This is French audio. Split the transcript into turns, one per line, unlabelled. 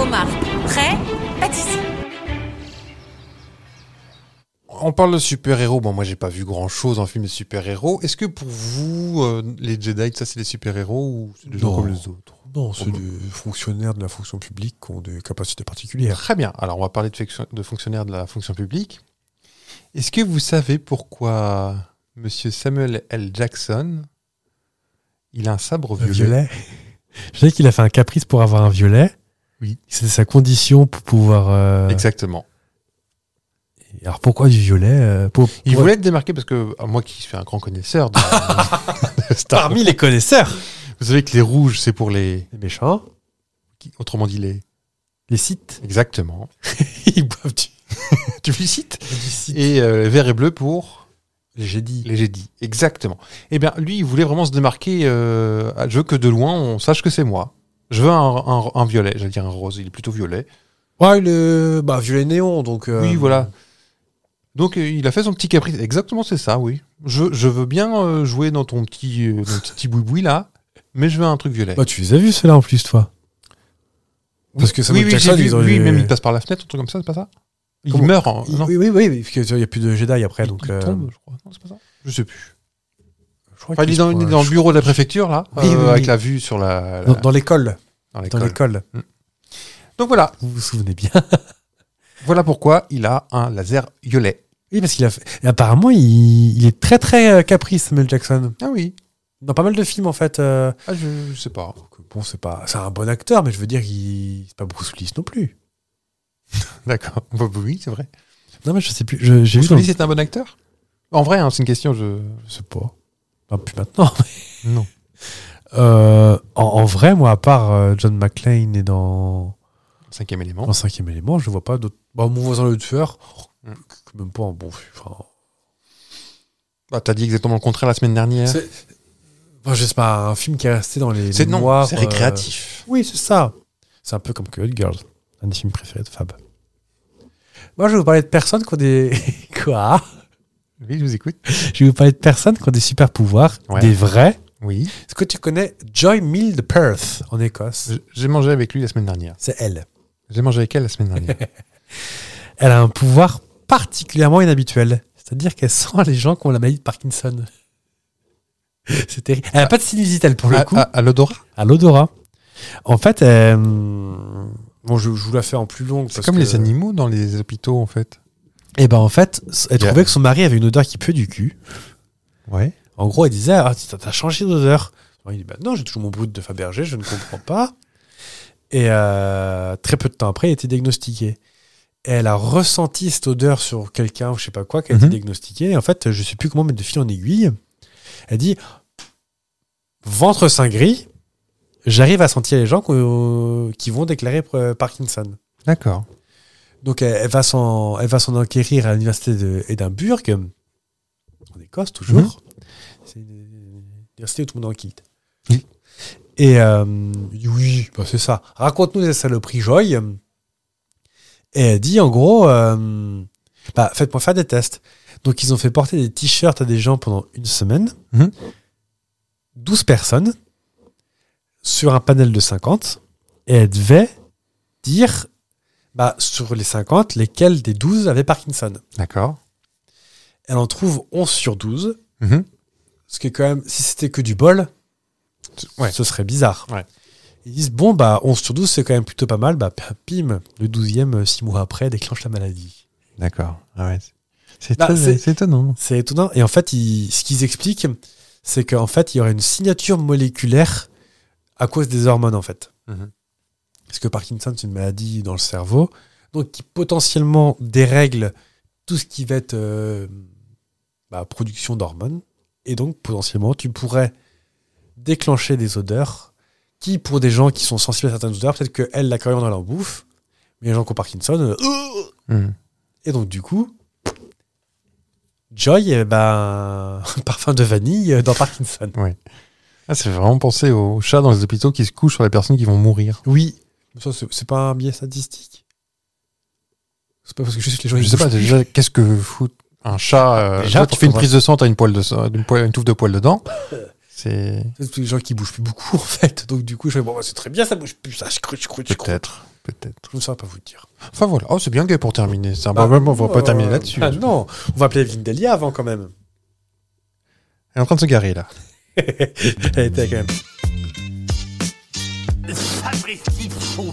Omar. Prêt Pâtisserie.
On parle de super-héros. Bon, moi, j'ai pas vu grand-chose en film de super-héros. Est-ce que pour vous, euh, les Jedi, ça, c'est des super-héros ou c'est des gens
Non.
comme les autres
Non, c'est
On-
des fonctionnaires de la fonction publique qui ont des capacités particulières.
Très bien. Alors, on va parler de, fonction- de fonctionnaires de la fonction publique. Est-ce que vous savez pourquoi Monsieur Samuel L. Jackson, il a un sabre
Un
violet,
Euh, violet. Je sais qu'il a fait un caprice pour avoir un violet.
Oui.
C'était sa condition pour pouvoir. euh,
Exactement.
et Alors pourquoi du violet euh, pour-
Il
pour-
voulait être démarqué parce que ah, moi, qui suis un grand connaisseur de, de Star Wars,
Parmi les connaisseurs.
vous savez que les rouges, c'est pour les,
Les méchants,
qui- autrement dit les,
les sites.
exactement.
Ils boivent du,
Tu visites
du site.
Et euh, vert et bleu pour
Les Jedi.
Les dit exactement. Eh bien, lui, il voulait vraiment se démarquer. euh, ah, je veux que de loin, on sache que c'est moi. Je veux un, un- un violet, j'allais dire un rose, il est plutôt violet.
Ouais, le bah, violet néon, donc. euh,
Oui, voilà. Donc, euh, il a fait son petit caprice. Exactement, c'est ça, oui. Je, je veux bien euh, jouer dans ton petit, euh, dans ton petit boui-boui, là, mais je veux un truc violet.
Bah, tu les as vus, ceux-là, en plus, toi. parce que
oui,
Samuel
oui,
Jackson,
j'ai vu,
ils ont
lui,
eu-
même il passe par la fenêtre, un truc comme ça, c'est pas ça Il
Comment
meurt, hein, non
Oui, oui, oui, oui, parce que, tu vois, il n'y a plus de Jedi après,
Il,
donc.
il
euh,
tombe, je crois. Non, c'est pas ça Je sais plus.
je crois
Enfin, il
qu'il
est dans,
se
il
prend
est
un
dans le
chou-
bureau de la préfecture, là,
Oui, oui,
euh,
oui.
avec la vue sur la. la-
dans- dans l'école.
dans
Dans
l'école.
l'école.
Donc voilà,
Vous vous souvenez bien.
Voilà pourquoi il a un laser violet.
Oui, parce qu'il a fait- et apparemment, il, il est très très euh, caprice, Samuel Jackson.
Ah oui.
Dans pas mal de films, en fait. euh,
Ah, je, je sais pas.
donc, Bon, c'est pas. C'est un bon acteur, mais je veux dire, il... c'est pas Bruce Willis non plus.
D'accord. Bah oui, c'est vrai.
Non, mais je sais plus. je- J'ai vu
Bruce
dans le-
Willis est un bon acteur En vrai, hein, c'est une question. Je...
Je sais pas. Enfin, plus maintenant. mais-
Non.
Euh, en, en vrai, moi, à part euh, John McClane et dans,
Cinquième élément.
dans Cinquième élément, je vois pas d'autres. Bah, mon voisin le tueur,
Mm.
c'est même pas un bon film. Enfin,
Bah, T'as dit exactement le contraire la semaine dernière.
c'est- enfin, je sais pas, un film qui est resté dans les.
C'est non,
mémoires,
c'est
euh,
récréatif.
Oui, c'est ça. C'est un peu comme Good Girls, un des films préférés de Fab. Moi, je vais vous parler de personnes qui ont des. Quoi
euh, Oui, je vous écoute.
Je vais vous parler de personnes qui ont des super pouvoirs,
Ouais.
des vrais.
Oui.
Est-ce que tu connais Joy Mill de Perth, en Écosse
Je- J'ai mangé avec lui la semaine dernière.
C'est elle.
J'ai mangé avec elle la semaine dernière.
Elle a un pouvoir particulièrement inhabituel. C'est-à-dire qu'elle sent les gens qui ont la maladie de Parkinson. C'est terrible. Elle n'a pas de sinusite, elle, pour le
à
coup.
à- à l'odorat
à l'odorat. En fait, euh, bon, je, je vous la fais en plus longue.
C'est
parce
comme
que-
les animaux dans les hôpitaux, en fait.
Et ben en fait, elle
Yeah.
trouvait que son mari avait une odeur qui pue du cul.
Ouais.
En gros, elle disait Ah, t'as t'as changé d'odeur. Alors, Il dit Bah non, j'ai toujours mon brut de Fabergé, je ne comprends pas. Et euh, très peu de temps après, elle a été diagnostiquée. Et elle a ressenti cette odeur sur quelqu'un ou je sais pas quoi, qu'elle a
Mhm.
été diagnostiquée. Et en fait, je sais plus comment mettre de fil en aiguille. Elle dit Ventre saint gris, j'arrive à sentir les gens qu'au- qui vont déclarer euh, Parkinson.
D'accord.
Donc elle, elle va s'en, elle va s'en enquérir à l'université de Édimbourg, en Écosse toujours.
Mhm.
C'est une université où tout le monde en quitte.
Oui.
Et euh, il dit, oui, bah, c'est ça. Raconte-nous des saloperies, Joy. Et elle dit en gros, euh, bah, faites-moi faire des tests. Donc ils ont fait porter des t-shirts à des gens pendant une semaine.
Mhm.
12 personnes sur un panel de 50. Et elle devait dire bah, sur les 50, lesquels des 12 avaient Parkinson
D'accord.
Elle en trouve 11 sur 12,
Mhm.
ce qui est quand même, si c'était que du bol,
Ouais.
ce serait bizarre.
Ouais.
Ils disent, bon, bah, 11 sur 12, c'est quand même plutôt pas mal. Bah, pim, le 12e, 6 mois après, déclenche la maladie.
D'accord. Ah ouais. C'est
Bah,
très-
c'est-
c'est étonnant.
C'est étonnant. Et en fait, ils- ce qu'ils expliquent, c'est qu'en fait, il y aurait une signature moléculaire à cause des hormones, en fait.
Mhm.
Parce que Parkinson, c'est une maladie dans le cerveau, donc qui potentiellement dérègle tout ce qui va être euh, bah, production d'hormones. Et donc, potentiellement, tu pourrais déclencher des odeurs qui, pour des gens qui sont sensibles à certaines odeurs, peut-être qu'elle, la coriandre, elle en bouffe, mais les gens qui ont Parkinson, euh,
Hmm.
et donc, du coup, Joy, eh ben, un parfum de vanille euh, dans Parkinson.
Ah, c'est vraiment penser aux chats dans les hôpitaux qui se couchent sur les personnes qui vont mourir.
Oui. Ça, c'est c'est pas un biais statistique. C'est pas parce que juste les gens.
Je
ils
sais pas
bougent plus.
déjà qu'est-ce que fout un chat. euh,
Déjà,
toi, tu
pour
fais une
qu'on
prise de sang, t'as une poêle de sang- une, poêle- une touffe de poils dedans. C'est
C'est parce que les gens qui bougent plus beaucoup, en fait. Donc, du coup, je fais, bon, bah, c'est très bien, ça bouge plus, ça, je crute, je crute, je crute.
peut-être. peut-être.
Je ne saurais pas vous le dire.
Enfin voilà, oh, c'est bien gay pour terminer. ça.
Bah,
Bah, même, on va pas
euh,
terminer là-dessus.
Ah non, on va appeler Vindelia avant quand même.
Elle est en train de se garer là.
Elle était quand même.
Sapristi, fou,